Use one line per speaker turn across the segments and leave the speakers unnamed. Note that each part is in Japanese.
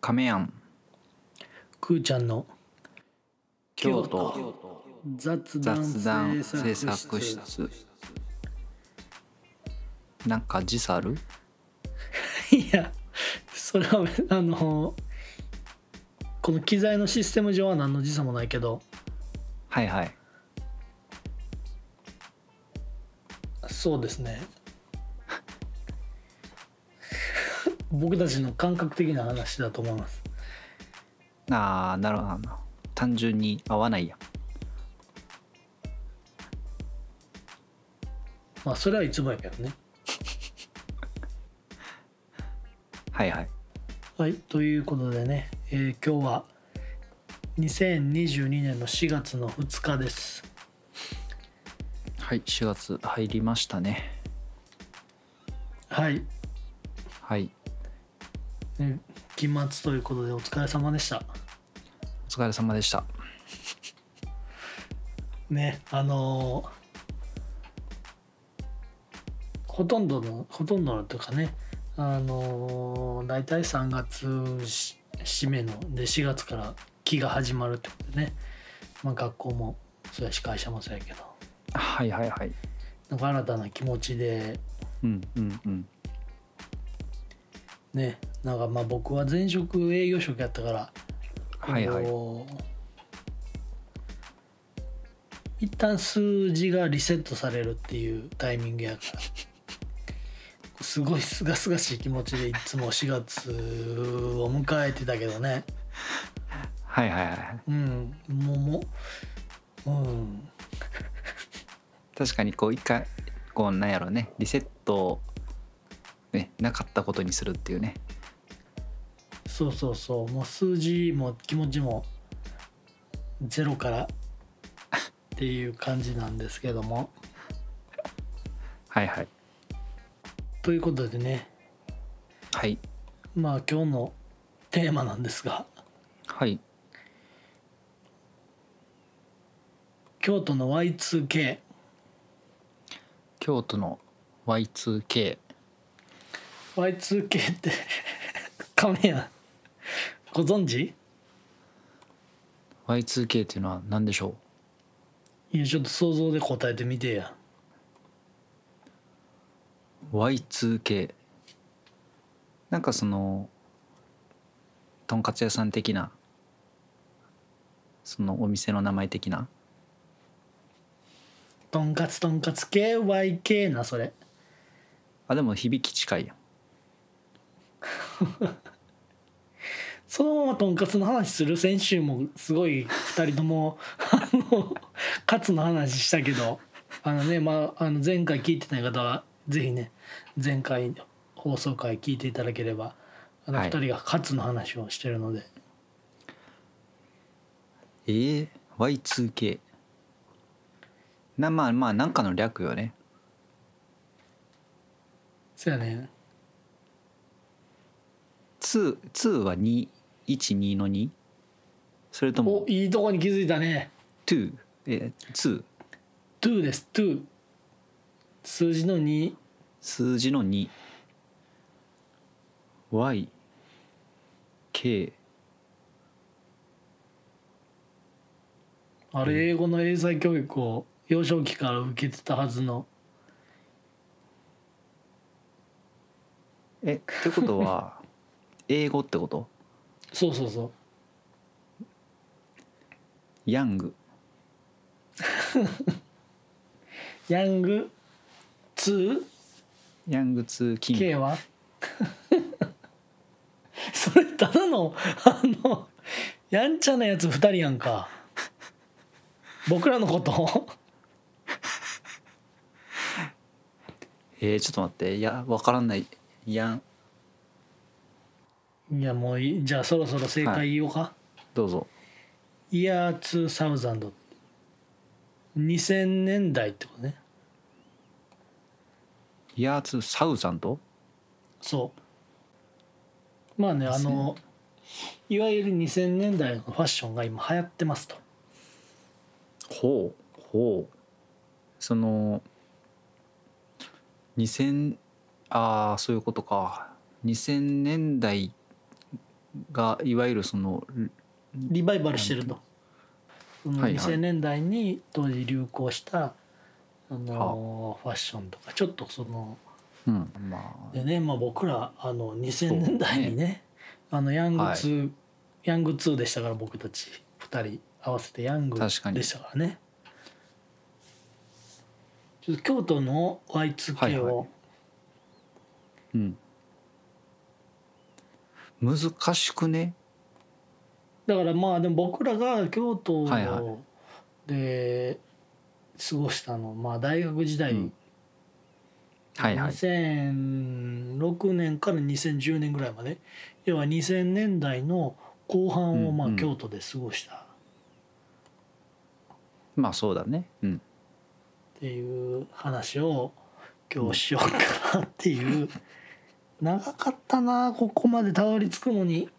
亀庵
くーちゃんの
京都
雑談
雑談制
制作室
作室なんか時差ある
いやそれはあのこの機材のシステム上は何の時差もないけど
はいはい
そうですね僕たちの感覚的な話だと思います
ああなるほど単純に合わないや
まあそれはいつもやけどね
はいはい
はいということでね、えー今日は2022年の4月の2日です
はい4月入りましたね
はい、
はい
ね期末ということでお疲れ様でした
お疲れ様でした
ねあのーほとんどのほとんどのというかねあのー大体3月し締めので4月から期が始まるってことでね、まあ、学校もそうやし会社もそうやけど
はいはいはい
なんか新たな気持ちで
うんうんうん
ねなんかまあ僕は前職営業職やったから
はいはい
こう一旦数字がリセットされるっていうタイミングや からすごいすがすがしい気持ちでいつも4月を迎えてたけどね
はいはいはい
うんもうもううん
確かにこう一回こうなんやろねリセットをねなかったことにするっていうね
そうそうそうもう数字も気持ちもゼロからっていう感じなんですけども
はいはい
ということでね
はい
まあ今日のテーマなんですが
はい
京都の Y2K
京都の Y2K
Y2K って 亀やご存知
Y2K っていうのは何でしょう
いやちょっと想像で答えてみてや
Y2K なんかそのとんかつ屋さん的なそのお店の名前的な
とんかつとんかつ KYK なそれ
あでも響き近いやん
そのままとんかつの話する先週もすごい2人ともあのカツの話したけどあのねまああの前回聞いてない方はぜひね前回放送回聞いていただければあの
は
2
い
人がカツの話をしてるので、
えー、Y2K なまあまあなんかの略よね
そやね
2, 2は212の2それと
お
も
いいとこに気づいたね
2え2
2です2数字の2
数字の 2YK
あれ英語の英才教育を幼少期から受けてたはずの
えってこと は英語ってこと
そうそうそう
ヤング
ヤング 2K
ヤング2キング
はそれただのあのやんちゃなやつ2人やんか僕らのこと
えー、ちょっと待っていやわからないヤン
いやもういいじゃあそろそろ正解言おうか、
どうぞ
イヤー2000 2000年代ってことね
イヤーツサウザンド
そうまあねあのいわゆる2000年代のファッションが今流行ってますと
ほうほうその2000ああそういうことか2000年代がいわゆるその
リバイバルしてると、うん
はいはい
2000年代に当時流行した、あのファッションとかちょっとその
うんまあ
でね、まあ、僕らあの2000
そう
年代にねあのヤング
はい
2、ヤング2でしたから僕たち2人合わせてヤング
確かに
でしたからねちょっと京都の Y2K
はい
を、
はうん難しくね
だからまあでも僕らが京都
はいは
で過ごしたの、まあ、大学時代、
うんはいはい
2006年から2010年ぐらいまで要は2000年代の後半をま
う
あ
んうん
京都で過ごした
まあそうだねうん
っていう話を今日しようかなって いう長かったなここまでたどり着くのに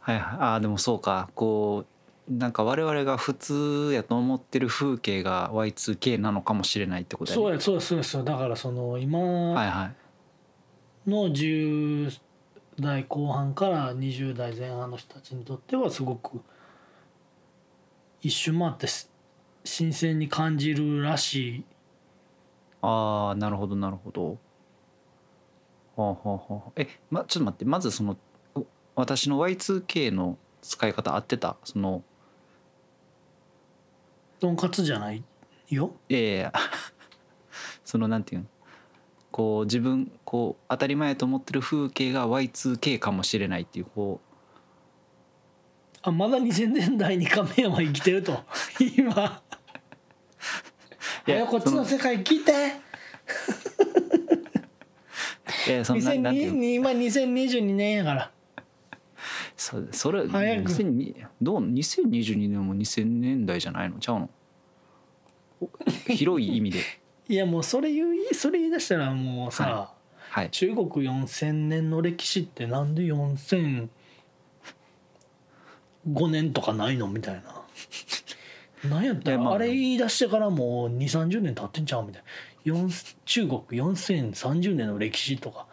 はいはいあーでもそうかこうなんか我々が普通やと思ってる風景が Y2K なのかもしれないってことや
そう
ね
やそうやそうやそうやだからその
は
今
いはい
の10代後半から20代前半の人たちにとってはすごく一瞬回ってす新鮮に感じるらしい
ああなるほどなるほどはあはあはあえまちょっと待ってまずそのお私の Y2K の使い方合ってたその
とんかつじゃないよ
いやいやいや そのなんていうのこう自分こう当たり前と思ってる風景が Y2K かもしれないっていうこ
あまだ2000年代に亀山生きて ると今
いや
早くこっちの世界聞いて
うえそんななんていうの
2002今2022年やから
そそれ
早く
2002どう2022年も2000年代じゃないのちゃうのお広い意味 で
いやもうそれ言うそれ言い出したらもうさ、
ははい
中国4,000年の歴史ってなんで4,005年とかないのみたいな。なんやった
いや
ら、
まあ
あ、れ言い出してからもう2 3 0年経ってんちゃうみたいな4中国4,030年の歴史とか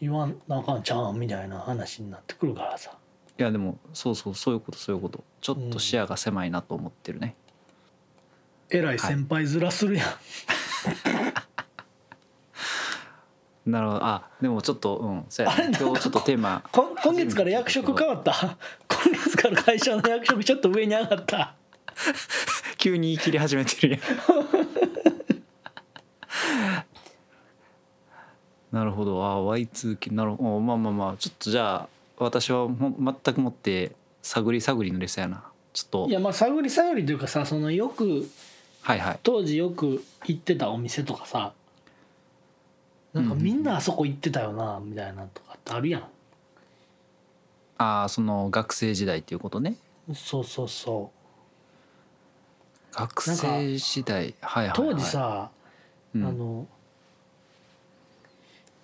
言わなあかんちゃうみたいな話になってくるからさ
いやでもそうそうそういうことそういうことちょっと視野が狭いなと思ってるね、
えらい先輩面するやん、
なるほどあでもちょっとうんそうや、
あれ
ね、
なんか
今日ちょっとテーマ
こん今月から役職変わった今月から会社の役職ちょっと上に上がった
急に言い切り始め てるやんなるほどあ Y2K なるほどまあまあまあちょっとじゃあ私はも全くもって探り探りのレスやなちょっと
いやまあ探り探りというかさそのよく
はいはい
当時よく行ってたお店とかさなんかみんなあそこ行ってたよなみたいなとかってあるやん
ああその学生時代っていうことね
そうそうそう
学生時代はいはい、はい、
当時さ、
うん、
あの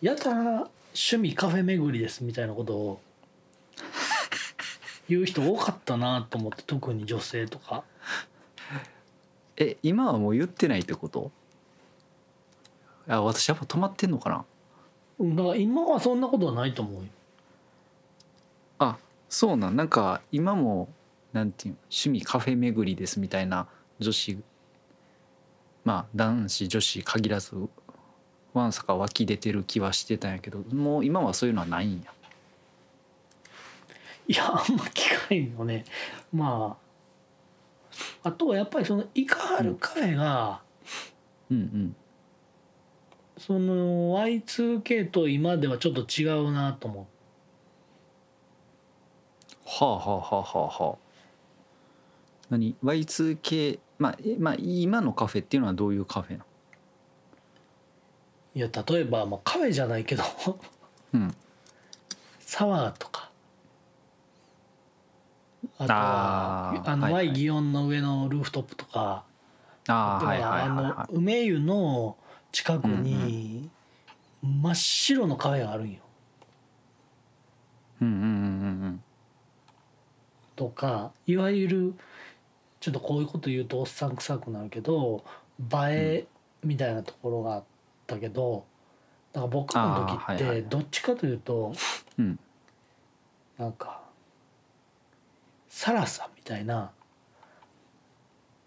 やたら趣味カフェ巡りですみたいなこ とを言う人多かったなと思って特に女性とか
え今はもう言ってないってことあ私やっぱ止まってんのかな
うんだから今はそんなことはないと思うよ
あそうなんなんか今もなんていうの趣味カフェ巡りですみたいな女子まあ男子女子限らずわんさか湧き出てる気はしてたんやけどもう今はそういうのはないんや
いやあんま聞かへんよねまああとはやっぱりそのイカハルカフェが、
うんうん
その Y2K と今ではちょっと違うなと思
はあはあはあはあはあ何 Y2K まあ、えまあ、今のカフェっていうのはどういうカフェなの
ういや例えば、まあ、カフェじゃないけど
うん
サワーとかあとは
あー
あの
はいはい
Y 祇園の上のルーフトップとか
あ
あ
あ
と
はいはいはい
はあ
はい
の梅湯の近くに真っ白のカフェがあるんよ
うんうんうん
とかいわゆるちょっとこういうこと言うとおっさん臭くなるけど映えみたいなところがあったけど、だから僕の時
あー
っ
はいは
て
い
どっちかというと、
うん
なんかサラさんみたいな,、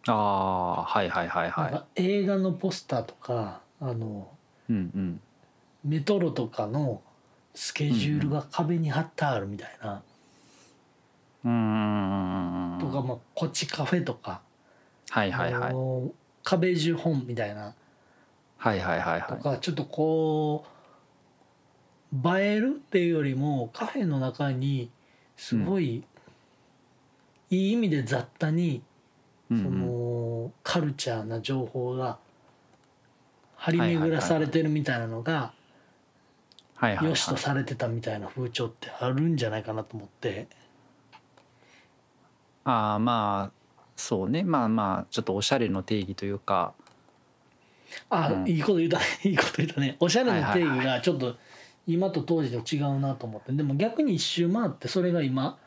ああーはいはいはいは
ないんか映画のポスターとかあの
うんうん
メトロとかのスケジュールが壁に貼ってあるみたいな、
うーん
とか、まあ、こっちカフェとか、
はいはいは
あ
い
の壁中本みたいな
はいはいはい
と
は
か、ちょっとこう映えるっていうよりもカフェの中にすごい、いい意味で雑多に
い。う
そ
ん
のカルチャーな情報が張り巡らされてるみたいなのが
はいはいは
良
い
しとされてたみたいな風潮ってあるんじゃないかなと思って。
ああまあそうねまあまあちょっとおしゃれの定義というか
あ、
うん
いいこと言ったね いいこと言ったねおしゃれの定
はいは
義がちょっと今と当時と違うなと思ってでも逆に一周回ってそれが今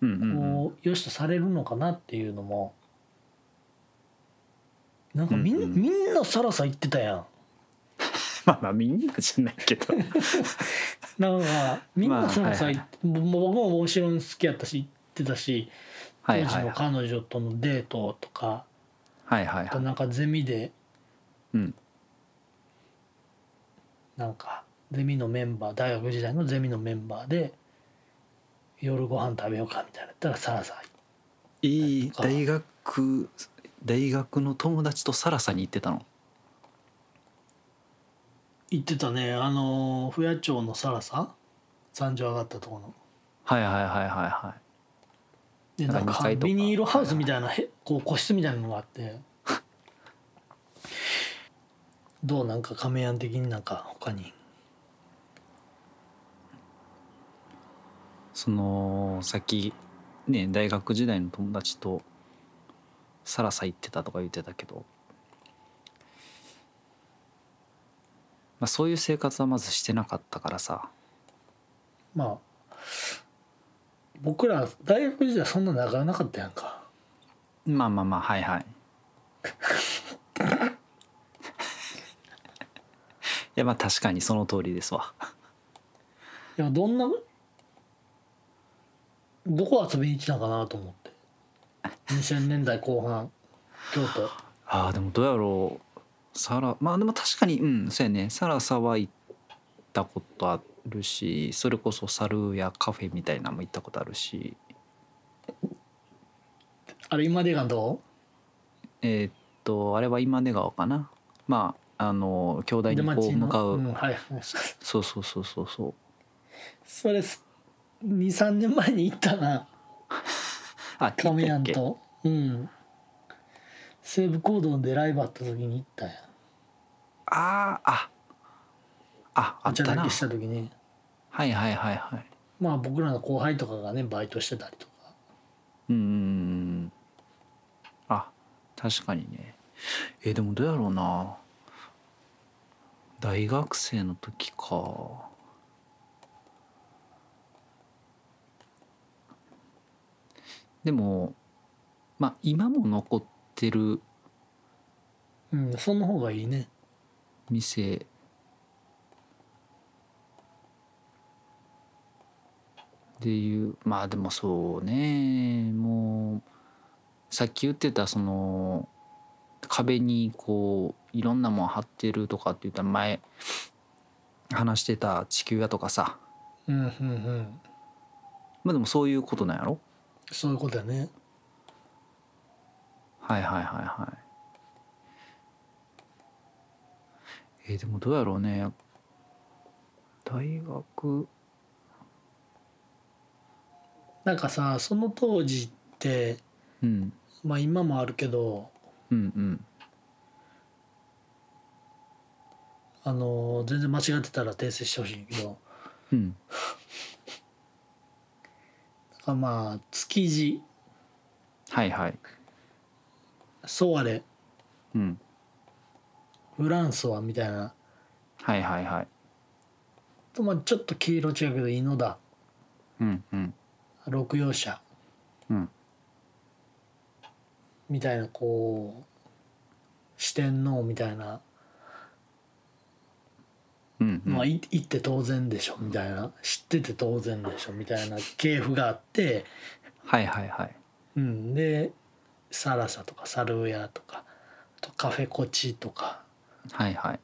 うんうんうん
こう良しとされるのかなっていうのもなんかみん,、
うんうん
みんなサラサ言ってたやん
まあまあみんなじゃないけ ど
なんかみん
ま
な
あ
サラサ
はい
言って、もう僕も後ろに好きやったし言ってたし当
はい
時
はい
の
はい
彼女とのデートとか、
はいはい
あと
はい
なんかゼミで、
うん
なんかゼミのメンバー大学時代のゼミのメンバーで夜ご飯食べようかみたいなやったらサラサ
いい大学大学の友達とサラサに行ってたの
行ってたねあのー不夜町のサラサ三条上がったところの
はいはいはいはいは
で
な
なんん
か二
か
階とか
ビニールハウスみたいなへこう個室みたいなのがあってどうなんか亀やん的になんか他に
いそのさっきね大学時代の友達とサラサ行ってたとか言ってたけど、まあ、そういう生活はまずしてなかったからさ
まあ僕ら大学時代そんな仲良くなかったやんか
まあまあまあはいはい いやまあ確かにその通りですわ
いやどんなどこ遊びに来たんかなと思って2000年代後半京都
あーでもどうやろうサラまあでも確かにうんそうやねサラサは行ったことあるしそれこそサルやカフェみたいなのも行ったことあるし
あれ今でが ど
えーっとあれは今出川かなまああの兄
う
弟にこう
の
向かう、
んはい、
そうそうそうそうそう
それ23年前に行ったな
あ行
亀
った
や
っ
ん
け
とうん西武講堂でライブあった時に行ったやん
あーあああ
お
っ
茶
た
だ
な
けした時に
はいはいはいはい
まあ僕らの後輩とかがねバイトしてたりとか
うんうんうんあ確かにねえでもどうやろうな大学生の時かでもまあ今も残ってる
うんその方がいいね
店でいうまあでもそうねもうさっき言ってたその壁にこういろんなもん貼ってるとかって言ったら前話してた地球屋とかさ
うんうんうん
まあでもそういうことなんやろ
そういうことだね
はいはいはいはい。えーでもどうやろうね大学
なんかさその当時って
うん
まあ今もあるけど
うんうん
あの全然間違ってたら訂正してほしいんやけど
うん
なんかまあ築地
はいはい。
ソワレ
うん
フランソワみたいな
はいはいはい。
と、まあ、ちょっと黄色違うけど井野田
うんうん
六葉社
うん
みたいなこう四天王みたいな
うんうんうん
まあ、い行って当然でしょみたいな知ってて当然でしょみたいな系譜があって、
はいはいはい
うん、でサラサとかサルウェアとかあとカフェコチとか、
はいはい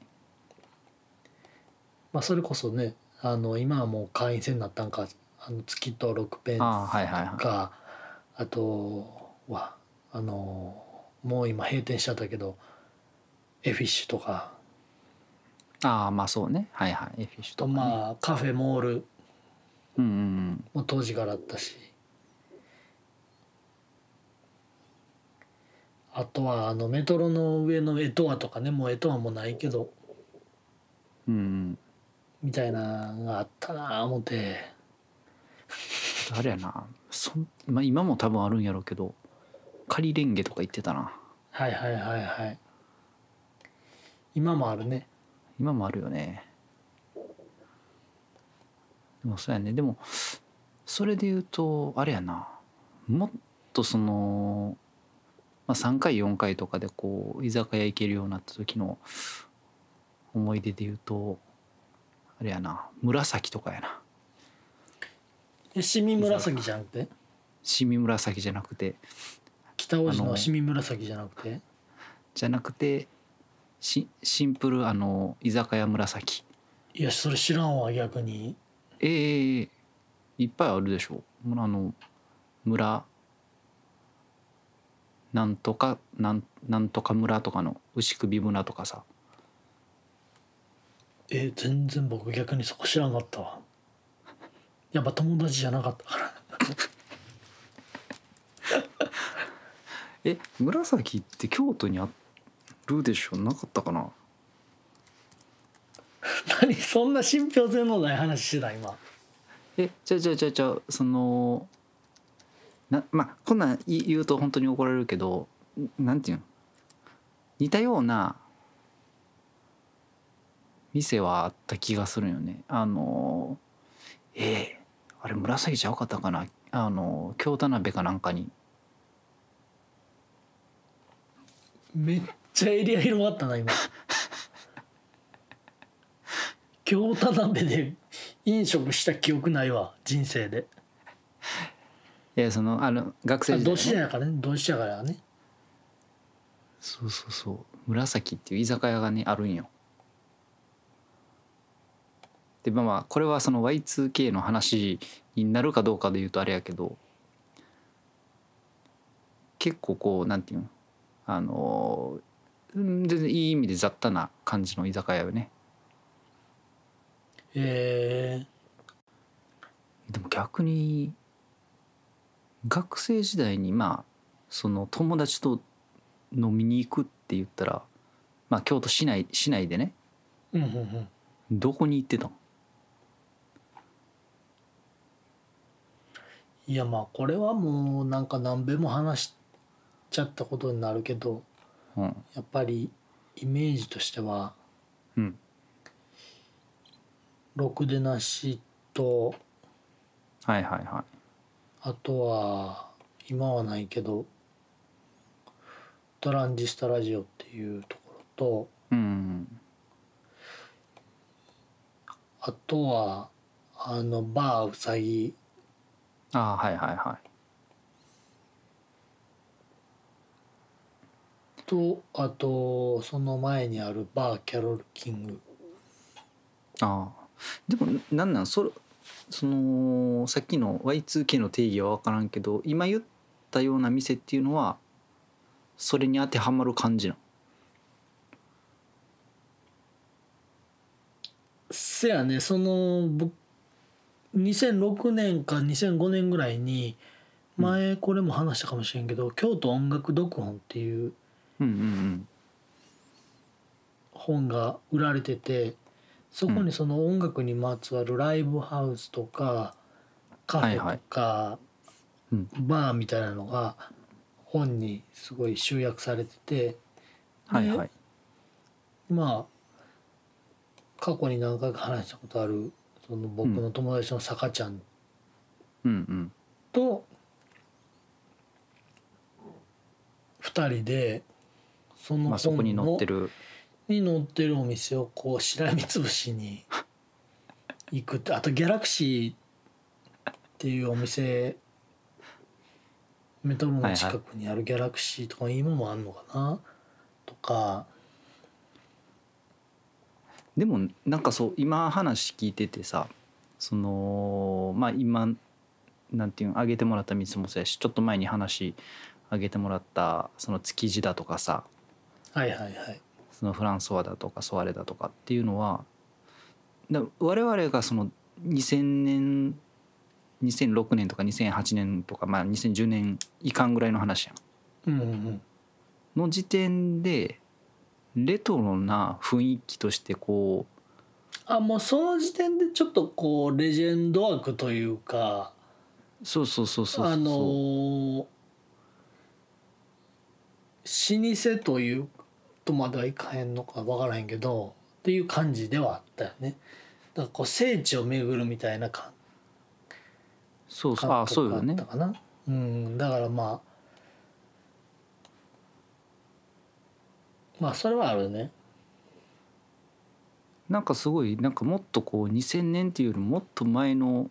まあ、それこそねあの今はもう会員制になったんかあの月と6ペン
ああはいはいはい
かあとはあのもう今閉店しちゃったけどエフィッシュとか
ああまあそうねはいはいエフィッシュと
と
か、ね、
まあカフェモール
うんうんうん
も当時からあったしあとはあのメトロの上のエトワとかねもうエトワもないけど
うんうん
みたいなのがあったなあ思って
あれやなそん、まあ、今も多分あるんやろうけど仮レンゲとか言ってたな
はいはいはいはい今もあるね
今もあるよねでもそうやねでもそれで言うとあれやなもっとその、まあ、3回4回とかでこう居酒屋行けるようになった時の思い出で言うとあれやな紫とかやな
えシミ紫じゃなくて
シミ紫じゃなくて
北大路
あ
の
の
シミ紫じゃなくて
じゃなくてシシンプルあの居酒屋紫
いやそれ知らんわ逆に
ええいっぱいあるでしょ村あの村なんとかなんなんとか村とかの牛首村とかさ
え全然僕逆にそこ知らんかったわやっぱ友達じゃなかったから
え紫って京都にあるでしょなかったかな
何そんな信憑性のない話してた今
えじゃあじゃあじゃあじゃあそのなまあこんなん言言うと本当に怒られるけどんなんていうの似たような店はあった気がするよねあのええあれ紫ちゃうかったかなあの京田辺かなんかに
めっちゃエリア広がったな今京田鍋で飲食した記憶ないわ人生で
いやそのあの学生
あ
時
同
代、
志社
ね、
やからね同志社やからね
そうそうそう紫っていう居酒屋がねあるんよでまあまあこれはその Y2K の話になるかどうかで言うとあれやけど結構こうなんていうのあのーうん全然いい意味で雑多な感じの居酒屋よね
えー、
でも逆に学生時代にまあその友達と飲みに行くって言ったらまあ京都市内市内でね
うんうんうん
どこに行ってたん
いやまあこれはもうなんか何べも話しちゃったことになるけど
うん
やっぱりイメージとしては
うん
ろくでなしと
はいはいは
あとは今はないけどトランジスタラジオっていうところ
いうん
とあとはあのバーうさぎ
ああはいはいはい
とあとその前にあるバーキャロルキング
ああでもなんなんそれそのさっきの Y2K の定義は分からんけど今言ったような店っていうのはそれに当てはまる感じなの
せやねその僕2006年か2005年ぐらいに前これも話したかもしれんけど、京都音楽読本っていう
うんうんうん
本が売られててそこ
う
に
ん
その音楽にまつわるライブハウスとかカフェとか
うん
バーみたいなのが本にすごい集約されてて
はいはい
まあ過去に何回か話したことあるその僕の友達のさかちゃん
うんうん
と2人でその
まあそこに
本
載っ
の
てる
に載ってるお店をこうしらみつぶし に行くってあとギャラクシーっていうお店メトロの近くにあるギャラクシーとか今もあんのかなとか
でもなんかそう今話聞いててさそのまあ今なんていうん上げてもらった三つもそうやしちょっと前に話上げてもらったその築地だとかさ
はいはいはい
そのフランソワだとかソワレだとかっていうのはだ我々がその2000年2006年とか2008年とか、まあ、2010年以下ぐらいの話やん
うんうんうん
の時点でレトロな雰囲気としてこ
あもうその時点でちょっとこうレジェンド枠というか
うそうそうそうそうそう
あのー老舗というとまではいかへんのか分からへんけどっていう感じではあったよねだからこう聖地を巡るみたいな感
そうそう
感
あそうよ
覚だ
ね
ったかなうんだからまあまあそれはあるね
なんかすごいなんかもっとこう2000年っていうよりもっと前の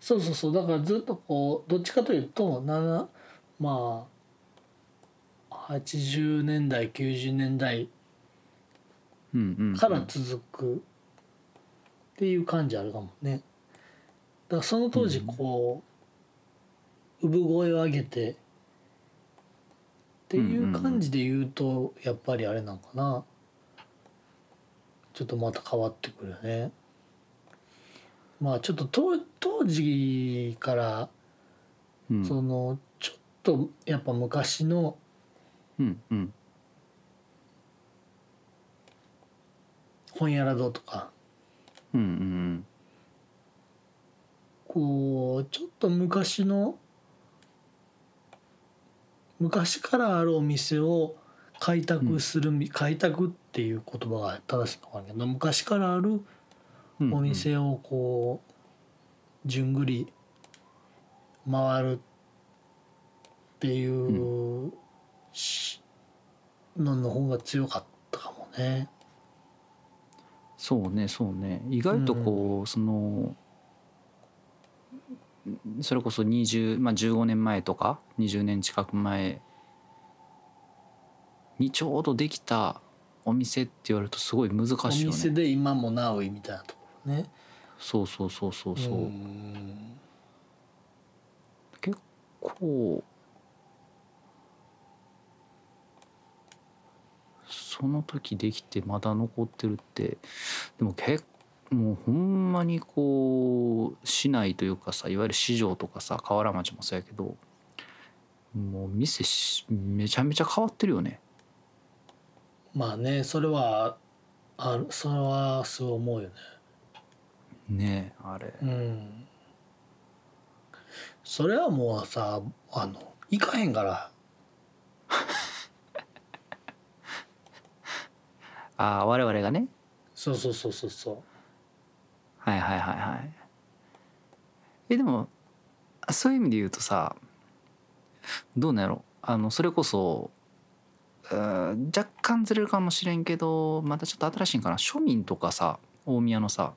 そうそうそうだからずっとこうどっちかというと7まあ80年代90年代
うんうんうん
から続くっていう感じあるかもねだからその当時こう、産声を上げてっていう感じで言うとやっぱりあれなんかなちょっとまた変わってくるよねまあちょっと当当時から
うん
そのちょっとやっぱ昔の
うんうん
本屋ら堂とか
うんうん
こうちょっと昔の昔からあるお店を開拓するみ、開拓っていう言葉が正しいのかわからんけど昔からある
うんうん
お店をこう、じゅんぐり回るっていううしのの方が強かったかもね。
そうねそうね意外とこう、そのそれこそ20、まあ、15年前とか20年近く前にちょうどできたお店って言われるとすごい難
お
しいよ
店
ね
で今もなおいみたいなところね。
そうそうそうそうそう、
うん
結構その時できてまだ残ってるってでも結もうほんまにこう市内というかさいわゆる市場とかさ河原町もそうやけどもう店しめちゃめちゃ変わってるよね
まあねそれはあるそれはそう思うよね
ねえあれ
うんそれはもうさあの行かへんから
ああ我々がね
そうそうそうそうそ
はいはいはいはいえでもそういう意味で言うとさどうなんやろあのそれこそうー若干ずれるかもしれんけどまたちょっと新しいんかな庶民とかさ大宮のさ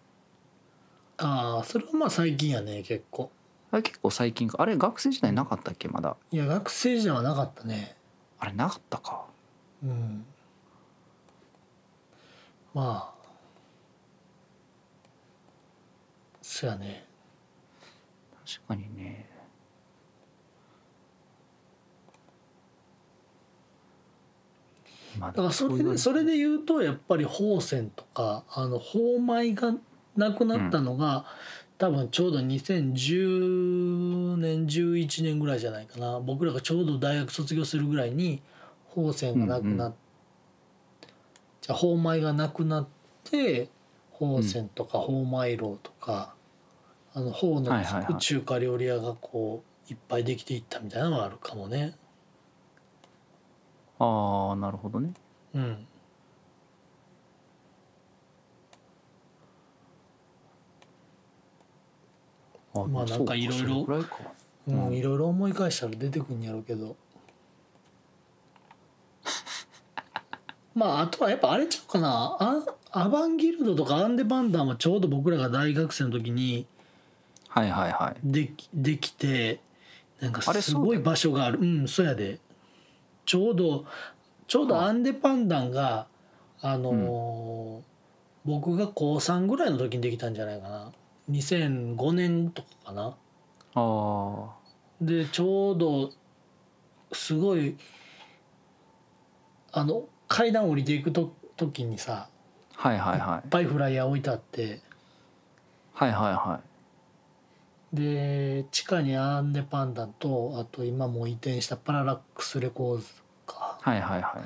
うああそれはまあ最近やね結構
あれ結構最近かあれ学生時代なかったっけまだ
いや学生時代はなかったね
あれなかったか
うんまあそやね
確かにねまあ
だからそれでそれで言うとやっぱり宝泉とかあの宝米がなくなったのが、多分ちょうど2010年11年ぐらいじゃないかな僕らがちょうど大学卒業するぐらいに宝泉がなくなっ、
うんう
じゃあ宝米がなくなって宝泉とか宝米楼とか、あの宝
はい
の
はい
つ
はい
く中華料理屋がこういっぱいできていったみたいなのがあるかもね。
ああなるほどね
うん
あ
まあ
でも
なん
そ
か
う
いろいろ
それぐらいか
うん
うん
いろいろ思い返したら出てくんやろうけど まああとはやっぱあれちゃうかなアアバンギルドとかアンデバンダンはちょうど僕らが大学生の時に
はいはいはい
できできてなんか
あれ
すごい場所があるうんそうやでちょうどちょうどアンデパンダンがあのー僕が高3ぐらいの時にできたんじゃないかな2005年とかかな
あー
でちょうどすごいあの階段降りていくと時にさ
はいはいはい
いっぱいフライヤー置いてあって
はいはいは
で地下にアンデパンダンとあと今もう移転したパララックスレコーズか
いはいはいはい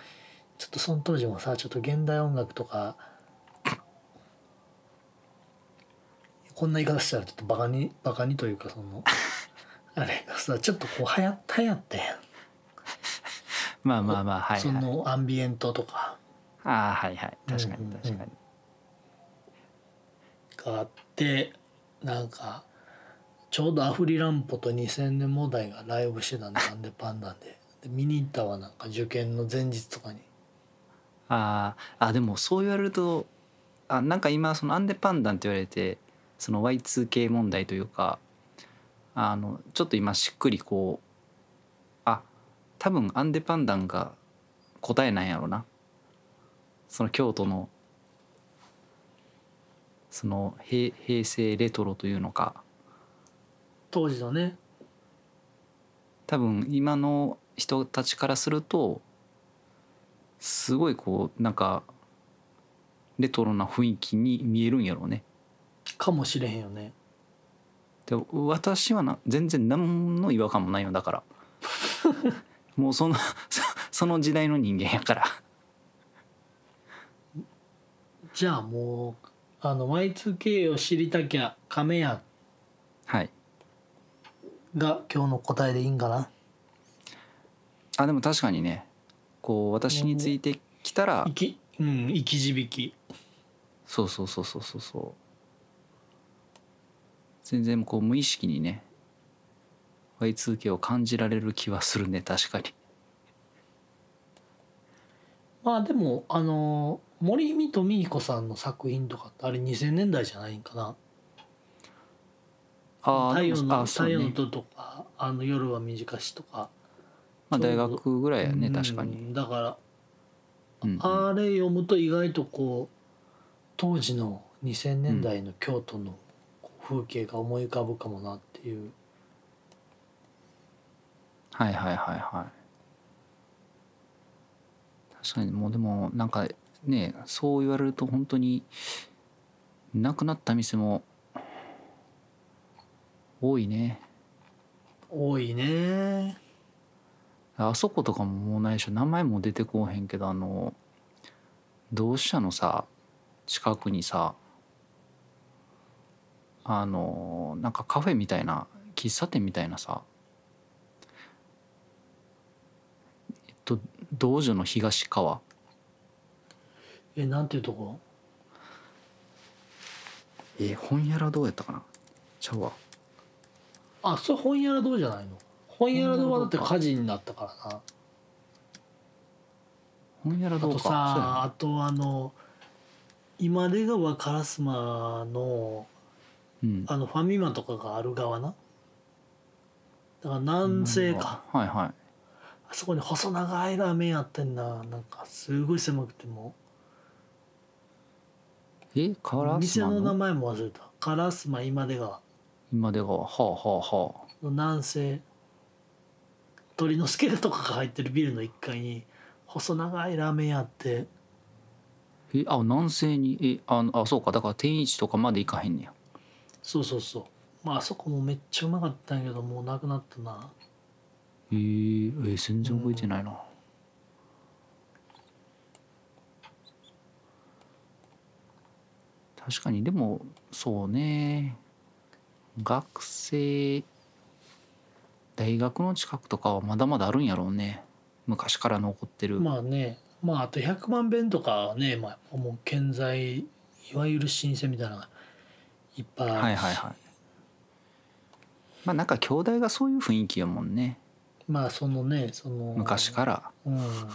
ちょっとその当時もさちょっと現代音楽とかこんな言い方したらちょっとバカにバカにというかそ のあれがさちょっとこう流行ったやって
まあまあまあはい
そ
はい
のアンビエントとか
ああはいはい確か
うんうん
に
うん
確かに
があってなんかちょうどアフリランポと2000年モダイがライブしてたんでアンデパンダンでで見に行ったわなんか受験の前日とかに。
あーあでもそう言われるとあなんか今そのアンデパンダンって言われてその Y2K 問題というかあのちょっと今しっくりこうあ多分アンデパンダンが答えなんやろなその京都のその平平成レトロというのか
当時のね
多分今の人たちからするとすごいこうなんかレトロな雰囲気に見えるんやろうね。
かもしれへんよね
で私はな全然何の違和感もないよだから もうそのそその時代の人間やから
じゃあもうあの Y2K を知りたきゃ亀屋
はい
が今日の答えでいいんかな
あでも確かにねこう私についてきたら
生きうん生き字引き
そうそうそうそうそうそう全然こう無意識にね Y2K を感じられる気はするね確かに
まあでもあの森見と美彦さんの作品とかってあれ2000年代じゃないんかな
あー
太陽
でも
の
あそう
太
ね
陽の塔とかあの夜は短しとか
まあ、
ちょう
大
ど
学ぐらいやね
うん
確かに、
だから
うんうん
あれ読むと意外とこう当時の2000年代の京都のこう風景が思い浮かぶかもなっていう
はいはいはいはい確かにもうでもなんかねそう言われると本当になくなった店も多いね
多いね
あそことかももうないでしょ名前も出てこうへんけどあの同志社のさ近くにさあのなんかカフェみたいな喫茶店みたいなさえっと道場の東川
えなんていうとこ
え本屋らどうやったかなちゃうわ
あそれ本屋らどうじゃないの本屋らどうはだって火事になったからな
本屋ら
あ
どう
と
か
さあとあの今出川烏丸
そ
の
うやね
あのファミマとかがある側なだから南西か
うん、はいはい
あそこに細長いラーメンやってんななんかすごい狭くても
えカラス
店
マ
の名
の
前も忘れた烏丸今出川
今出川はあはあはあ
の南西鳥の助とかが入ってるビルの1階に細長いラーメン屋あって
えあ南西にえああそうかだから天一とかまで行かへんねや
そうそうそうまああそこもめっちゃうまかったんやけどもうなくなったな
えー、え全然覚えてないな、確かにでもそうね学生大学の近くとかはまだまだあるんやろうね昔から残ってる、
まあねまああと100万遍とかはね、まあ、もう健在いわゆる新鮮みたいなのがいっぱいあるし
はいはいはいまあなんか兄弟がそういう雰囲気やもんね
まあそのねその
昔から
うんっ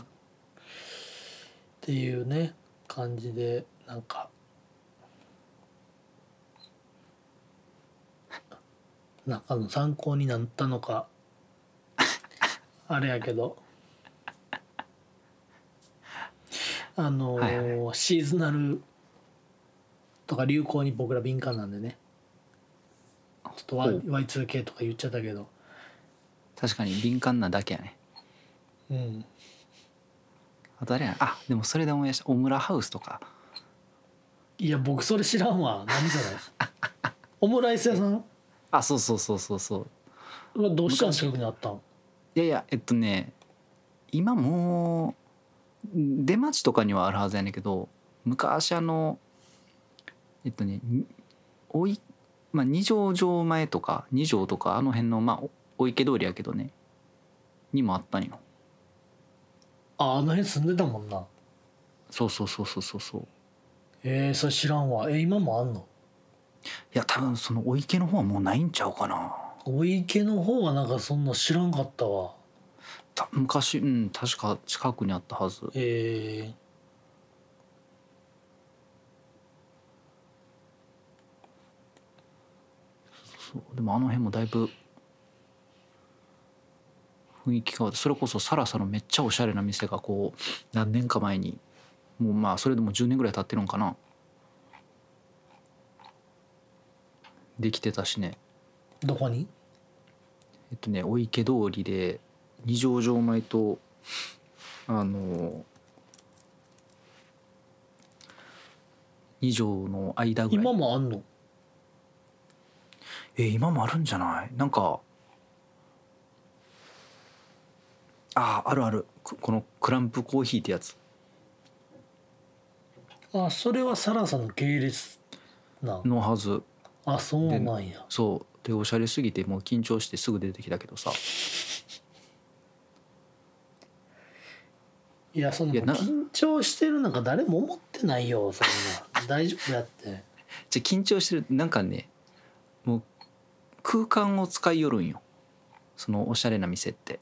ていうね感じでなんかなんかの参考になったのかあれやけどあの
はい
シーズナルとか流行に僕ら敏感なんでねちょっと Y- Y2K とか言っちゃったけど
確かに敏感なだけやね
うん
あとあれやなあでもそれで思い出したオムラハウスとか
いや僕それ知らんわ何それオムライス屋さん
あそうそうそうそうそう
はどうしたん近くにあったん
いやいやえっとね今もうん出待ちとかにはあるはずやねんけど昔あのえっとねにおい、まあ、二条城前とか二条とかあの辺のまあおお池通りやけどねにもあったんよ
ああの辺住んでたもんな
そうそうそうそうそうそう
えー、それ知らんわえ今もあんの
いや多分そのお池の方はもうないんちゃうかな
お池の方はなんかそんな知らんかったわ
た昔うん確か近くにあったはず
えー、
そうでもあの辺もだいぶ雰囲気変わってそれこそサラサのめっちゃおしゃれな店がこう何年か前にもうまあそれでも10年ぐらい経ってるんかなできてたしね
どこに
えっとねお池通りで二条城前とあの二条の間ぐらい
今もあんの
え今もあるんじゃないなんかあああるあるくこのクランプコーヒーってやつ
あそれはサラさんの系列な
のはず
あそうなんや
そうでおしゃれすぎてもう緊張してすぐ出てきたけどさ
いやそん
い
な
やな
緊張してるなんか誰も思ってないよそんな大丈夫やって
じゃ緊張してるなんかねもう空間を使いよるんよそのおしゃれな店って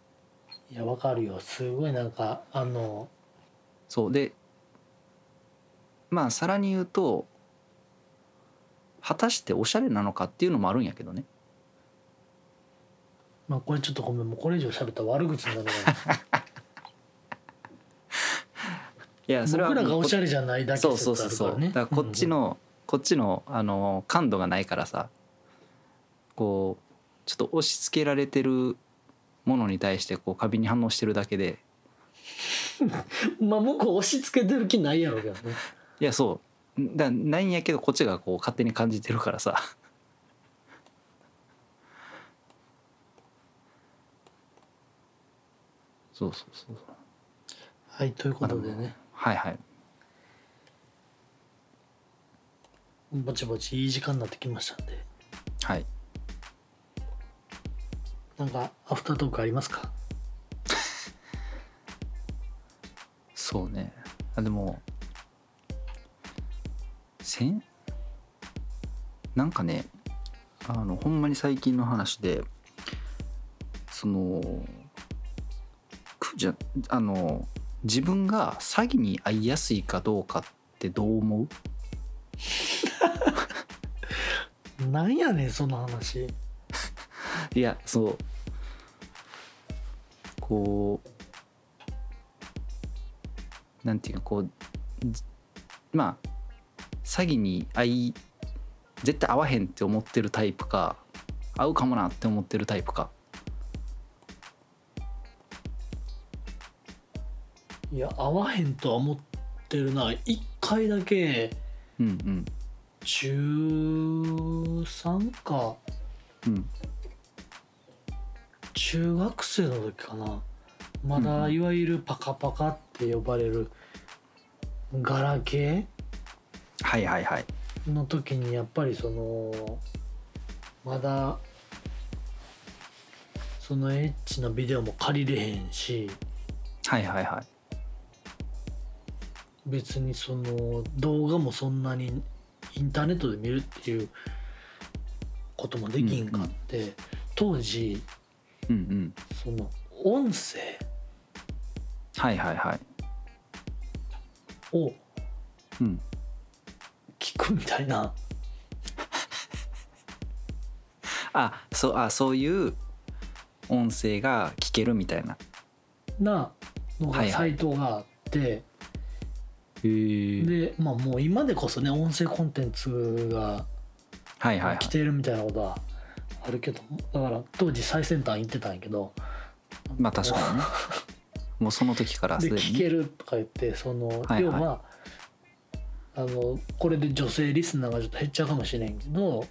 いやわかるよすごいなんかあの
そうでまあさらに言うと果たしておしゃれなのかっていうのもあるんやけどね
まあこれちょっとごめんもうこれ以上喋ったら悪口になる
いやそれ
わ
は
僕らがおしゃれじゃないだけ
そうそうそう
説
そ
あ
う
る
だ
から
か
ね
らこっちの、こっちのあの感度がないからさこうちょっと押し付けられてるものに対してこう過敏に反応してるだけで
うんうんまあ向こう押し付けてる気ないやろうけどね
いやそうだないんやけどこっちがこう勝手に感じてるからさ そうそうそうそう
はいということでね
はいはい
ぼちぼちいい時間になってきましたんで
はい
なんかアフタートークありますか
そうねあでもせんなんかねあのほんまに最近の話でそのくじゃあの自分が詐欺に遭いやすいかどうかってどう思う
なんやねんその話
いやそうこうなんていうかこうじまあ詐欺に遭い絶対会わへんって思ってるタイプか会うかもなって思ってるタイプか
いや合わへんとは思ってるな1回だけ
うんうん
中3か
うん
中学生の時かなまだ
うん
いわゆるパカパカって呼ばれるガラケ
はいはいはい
ーの時にやっぱりそのまだそのエッチなビデオも借りれへんし
はいはいはい
別にその動画もそんなにインターネットで見るっていうこともできんかって、当時
うんうん
その音声
はいはいはい
を
うん
聞くみたいな
あそうあそういう音声が聞けるみたいな
なの
はいは
が
い
サイトがあって、
へえ
で、まあ、もう今でこそね音声コンテンツが
はいはいはい
来てるみたいなことはあるけどだから当時最先端行ってたんやけど
まあ確かにねもうその時からす
で
で
聞
に
けるとか言ってその、
はい
要はあのこれで女性リスナーがちょっと減っちゃうかもしれんけど、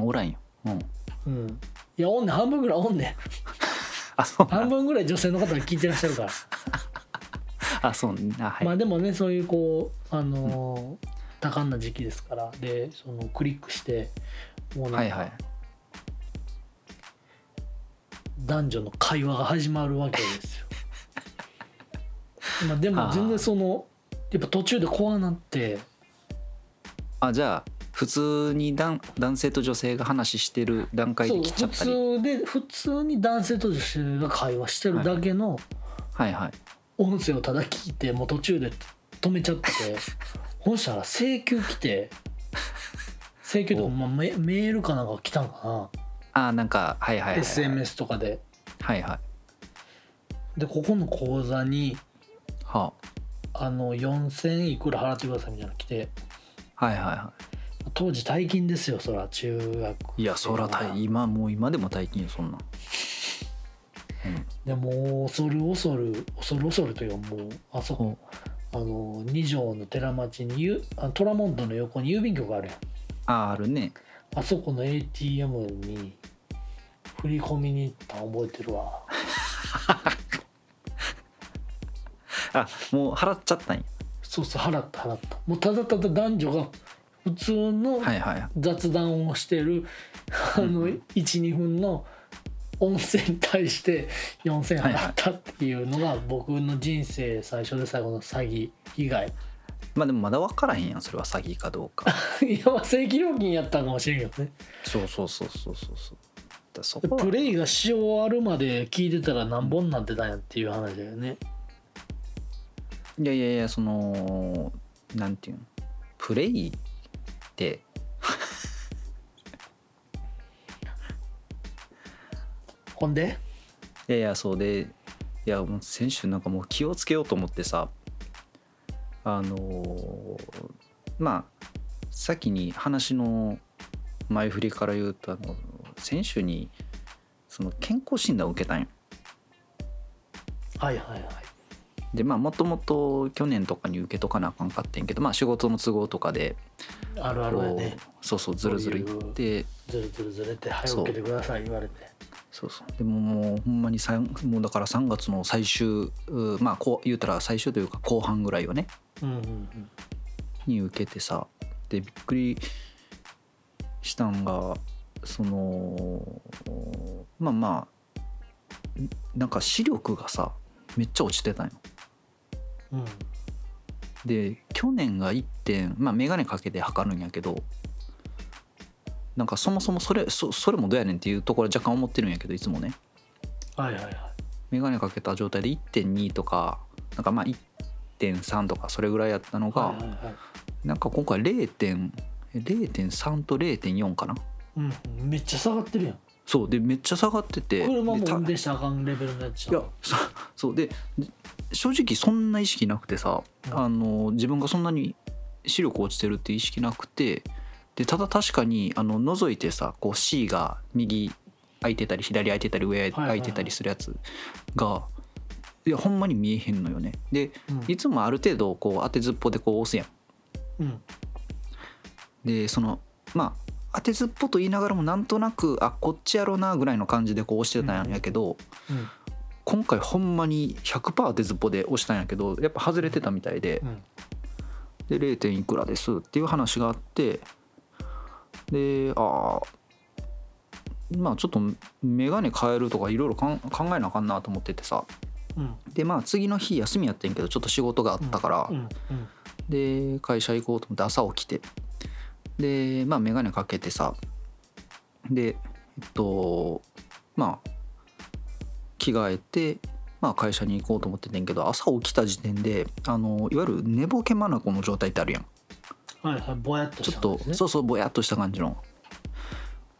おらんよ、うん、
うん、いやおんねん半分ぐらいおんねん
あそう
半分ぐらい女性の方が聞いてらっしゃるから、
あそうねあはい、
まあでもねそういうこうあのー多感な時期ですからでそのクリックしてもう
は
なん
い
か
はい
男女の会話が始まるわけです よ。まあで
あ
も
ー
全然そのやっぱ途中で怖なって
あじゃあ普通に男男性と女性が話してる段階で
そう
切っちゃ
普
ったり
通で普通に男性と女性が会話してるだけの
はいはい
音声をただ聞いてもう途中で止めち ゃってほしたら請求来て請求とか、
お
まあ、メメールかなんか来たんか
あなんかはいはいはい、
な
はい、
SMS とかで
はいはい
でここの口座に
は
あの4,000いくら払ってくださいみたいなの来て
あはいはいは
当時大金ですよそら中学
いいやそら大今もう今でも大金よそんなん
でもう恐る恐る恐る恐るというかもうあそこ
ほう
あの二条の寺町にゆあトラモンドの横に郵便局があるやん
ああるね
あそこの ATM に振り込みに行ったの覚えてるわ
あもう払っちゃったんや
そうそう払った払ったもうただただ男女が普通の
はいはいはい
雑談をしてる、あの
うん
12分の音声に対して4,000
はいはい
払ったっていうのが僕の人生最初で最後の詐欺被害
まあでもまだ分からへんやんそれは詐欺かどうか
いやまあ正規料金やったかもしれんけどね
そうそうそうそうそうそうだそこは
プレイがし終わるまで聞いてたら何本なってたんやっていう話だよね
いやいやいやそのなんていうのプレイって
ほんで
いやいやそうでいやもう先週なんかもう気をつけようと思ってさあのーまあ先に話の前振りから言うとあの先週にその健康診断を受けたんよ
はいはいはい
でまあもともと去年とかに受けとかなあかんかってんけどまあ仕事の都合とかで
あるあるや
こ
ね
うそうそうずるずるいって
ずるずるずれて早
そう
受けてください言われて
そうそうでももうほんまにさんもうだから3月の最終うまあこう言うたら最終というか後半ぐらいはね
うんうんうん
に受けてさでびっくりしたんがそのまあまあんなんか視力がさめっちゃ落ちてたんよ。
うん
で去年が1点まあ眼鏡かけて測るんやけどなんかそもそもそれそそれもどうやねんっていうところは若干思ってるんやけどいつもね。
はいはいはい
眼鏡かけた状態で1.2とかなんかまあ1.3とかそれぐらいやったのが、
はいはいはい
なんか今回0点0.3と0.4かな
うんめっちゃ下がってるやん
そうでめっちゃ下がってて
車も
でた
運転したらあかんレベルになっち
い
ゃ
や
う
そ そうでじ正直そんな意識なくてさ、
うん
あの自分がそんなに視力落ちてるっていう意識なくてでただ確かにあの覗いてさこう C が右開いてたり左開いてたり上
はいはい
開いてたりするやつが、いやほんまに見えへんのよね。で
うん
いつもある程度こう当てずっぽでこう押すやん。
うん
でそのまあ当てずっぽと言いながらもなんとなくあこっちやろなぐらいの感じでこう押してたんやけど、
うん
今回ほんまに100%当てずっぽで押したんやけどやっぱ外れてたみたいで
うん
で 0. 点いくらですっていう話があってでああまあちょっと眼鏡変えるとかいろいろ考えなあかんなと思っててさ
うん
でまあ次の日休みやってんけどちょっと仕事があったから、
うんうん
で会社行こうと思って朝起きてでまあ眼鏡かけてさでえっとまあ着替えて、ままあ、会社に行こうと思っててんけど朝起きた時点であのいわゆる寝ぼけまなこの状態ってあるやん
はいはいぼやっと
ち
し
ょったと、
んですね
そうそうぼやっとした感じの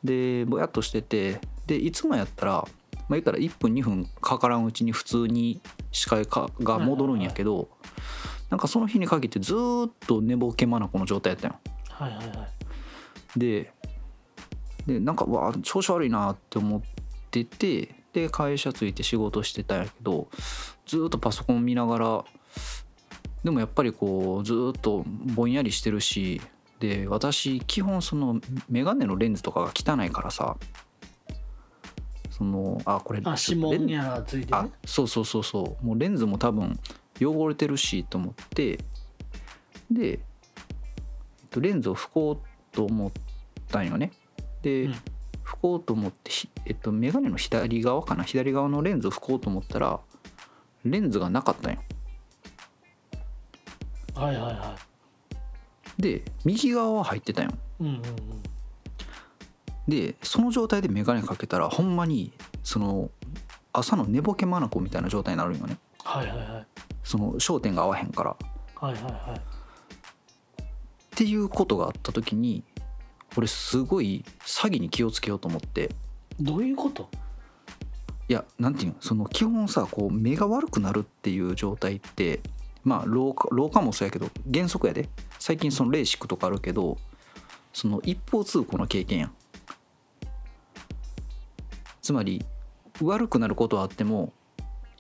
でぼやっとしててでいつもやったら、まあ、言ったら1分2分かからんうちに普通に視界かが戻るんやけど、なんかその日に限ってずーっと寝ぼけまなこの状態やったんよ
はいはいはい
ででなんかうわあ調子悪いなって思っててで会社着いて仕事してたんやけどずーっとパソコン見ながらでもやっぱりこうずーっとぼんやりしてるしで私基本その眼鏡のレンズとかが汚いからさそのあこれ
あ
ち
指
ょっとレン
紋やらついて
あ
ね
そうそうそうそうもうレンズも多分汚れてるしと思ってで、えっと、レンズを拭こうと思ったんよねで、
うん
拭こうと思ってひ、えっと、眼鏡の左側かな左側のレンズを拭こうと思ったらレンズがなかったんよ
はいはいは
で右側は入ってたんよ
いうんうんうん
でその状態で眼鏡かけたらほんまにその朝の寝ぼけ眼鏡みたいな状態になるんよね
はいはいはい
その焦点が合わへんから
はいはいはい
っていうことがあった時に俺すごい詐欺に気をつけようと思って
どういうこと
いやなんていうのその基本さこう目が悪くなるっていう状態ってまあ老化老化もそうやけど原則やで最近そのレーシックとかあるけどその一方通行の経験やんつまり悪くなることはあっても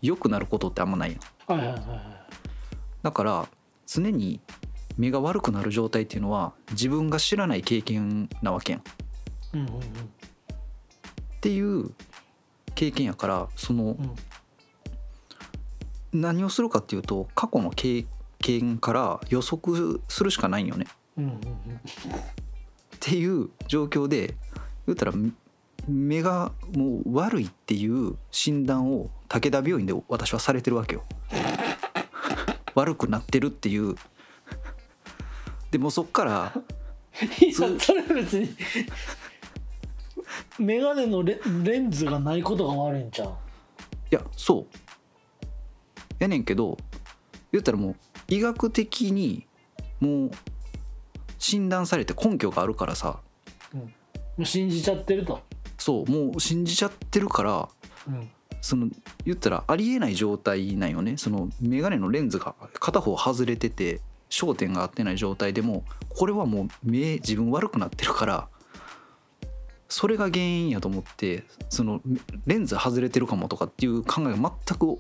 良くなることってあんまないやん
はいはいはいは
だから常に目が悪くなる状態っていうのは自分が知らない経験なわけやん
いうんうんうん
っていう経験やからその
うん
何をするかっていうと過去の経験から予測するしかないんよね
うんうんうん
っていう状況で言うたらめ目がもう悪いっていう診断を武田病院で私はされてるわけよ悪くなってるっていうでもうそっから
いやそれ 別に眼鏡のレレンズがないことが悪いんちゃう
いやそうやねんけど言ったらもう医学的にもう診断されて根拠があるからさ
もう信じちゃってると、
そうもう信じちゃってるから
うん、
その言ったらありえない状態なんよねその眼鏡のレンズが片方外れてて焦点が合ってない状態でもこれはもう目自分悪くなってるからそれが原因やと思ってそのレンズ外れてるかもとかっていう考えが全く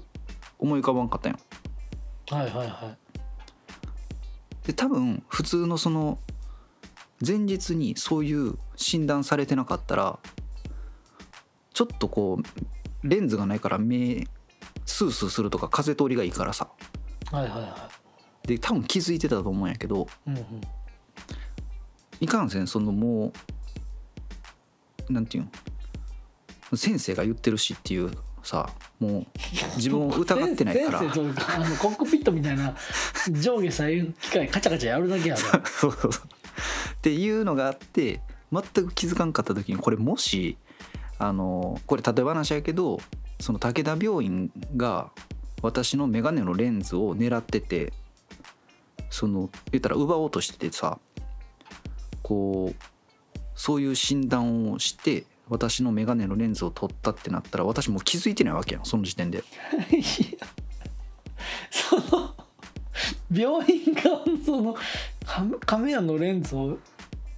思い浮かばんかったんよ
はいはいは
で多分普通のその前日にそういう診断されてなかったらちょっとこうレンズがないから目スースーするとか風通りがいいからさ
いはいはいは
で多分気づいてたと思うんやけど
いうんうん
いかんせんそのもうなんていうん先生が言ってるしっていうさもう自分を疑ってないから
先生先生そうあのコックピットみたいな上下左右機械カチャカチャやるだけやろ
そうそうそうっていうのがあって全く気づかんかった時にこれもしあのこれ例え話やけどその武田病院が私の眼鏡のレンズを狙っててその言ったら奪おうとしててさこうそういう診断をして私の眼鏡のレンズを取ったってなったら私もう気づいてないわけやんその時点で
いやその病院側のそのカメカメラのレンズを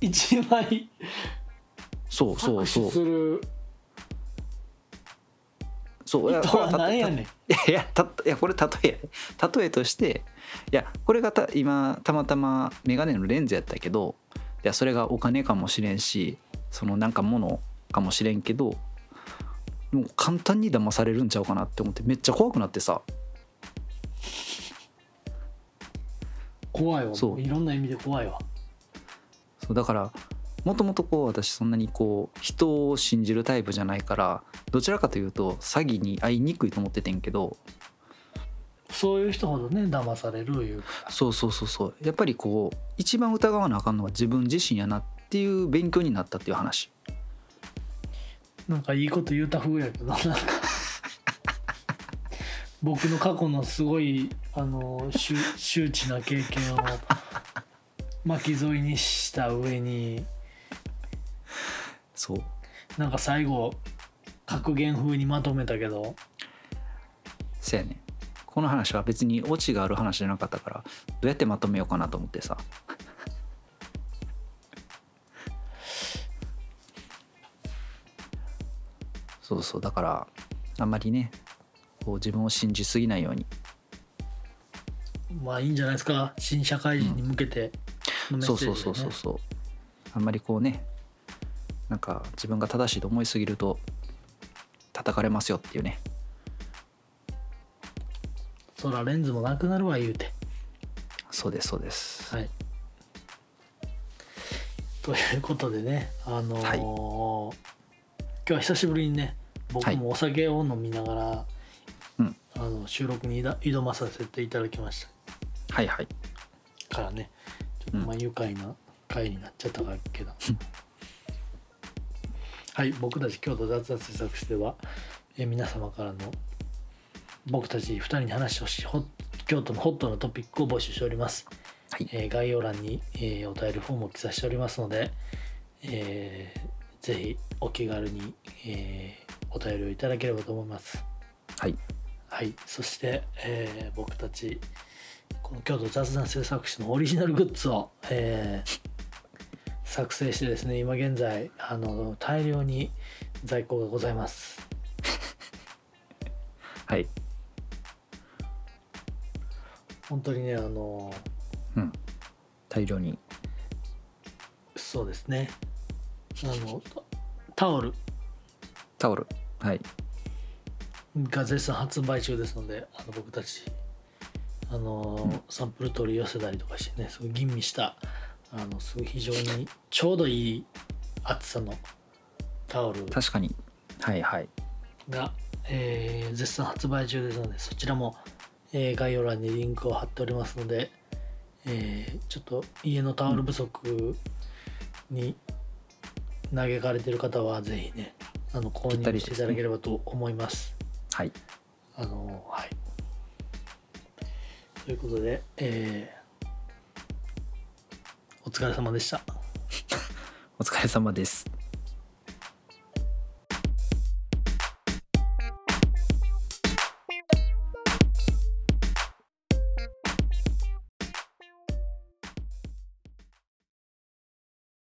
一枚
そう
搾
そう
取
そう
する
そう
意
いや
図
これ
は何やねん
いやいやたいやこれ例えやで例えとしていやこれがた今たまたま眼鏡のレンズやったけどいやそれがお金かもしれんしそのなんかものかもしれんけどもう簡単に騙されるんちゃうかなって思ってめっちゃ怖くなってさ
怖いわ
そう
いろんな意味で怖いわ
そうだからもともとこう私そんなにこう人を信じるタイプじゃないからどちらかというと詐欺に遭いにくいと思っててんけど
そういう人ほどね騙されるいう
そうそうそうそうやっぱりこう一番疑わなあかんのは自分自身やなっていう勉強になったっていう話。
なんかいいこと言うた風やけどなんか僕の過去のすごいあの周 周知な経験を巻き添えにした上に
そう
なんか最後格言風にまとめたけど
せやねこの話は別にオチがある話じゃなかったからどうやってまとめようかなと思ってさ そうそうだからあんまりねこう自分を信じすぎないように
まあいいんじゃないですか新社会人に向けてのメッセ
そ
ー
う
ジ
そうそ
でね
うそうそうあんまりこうねなんか自分が正しいと思いすぎると叩かれますよっていうね
そらレンズもなくなるわ言うて
そうですそうです、
はいということでねあのー
はい
今日は久しぶりにね僕もお酒を飲みながら、
うん
あの収録に挑挑まさせていただきまし
はいはい
たからねちょっとまあ愉快な回になっちゃったけど、はい僕たち京都雑談制作室では、えー皆様からの僕たち2人に話してほしいホッ京都のホットなトピックを募集しております、
はい
えー概要欄に、えーお便りフォームを記載しておりますので、えーぜひお気軽に、えーお便りをいただければと思います
はい
はい、そして、えー僕たちこの京都雑談制作室のオリジナルグッズを、えー作成してですね今現在あの大量に在庫がございます
はい
本当にねあの
うん大量に
そうですねあのタオル
タオルはい
が絶賛発売中ですのであの僕たちあの、サンプル取り寄せたりとかしてねすごい吟味したあのすごい非常にちょうどいい厚さのタオル
確かにはいはい
が、えー絶賛発売中ですのでそちらも、えー概要欄にリンクを貼っておりますので、えーちょっと家のタオル不足に嘆かれてる方はぜひねあの購
ぴった
入
り
して
で
い
すね
ただければと思います。
はい
あのはい。ということで、えーお疲れ様でした。
お疲れ様です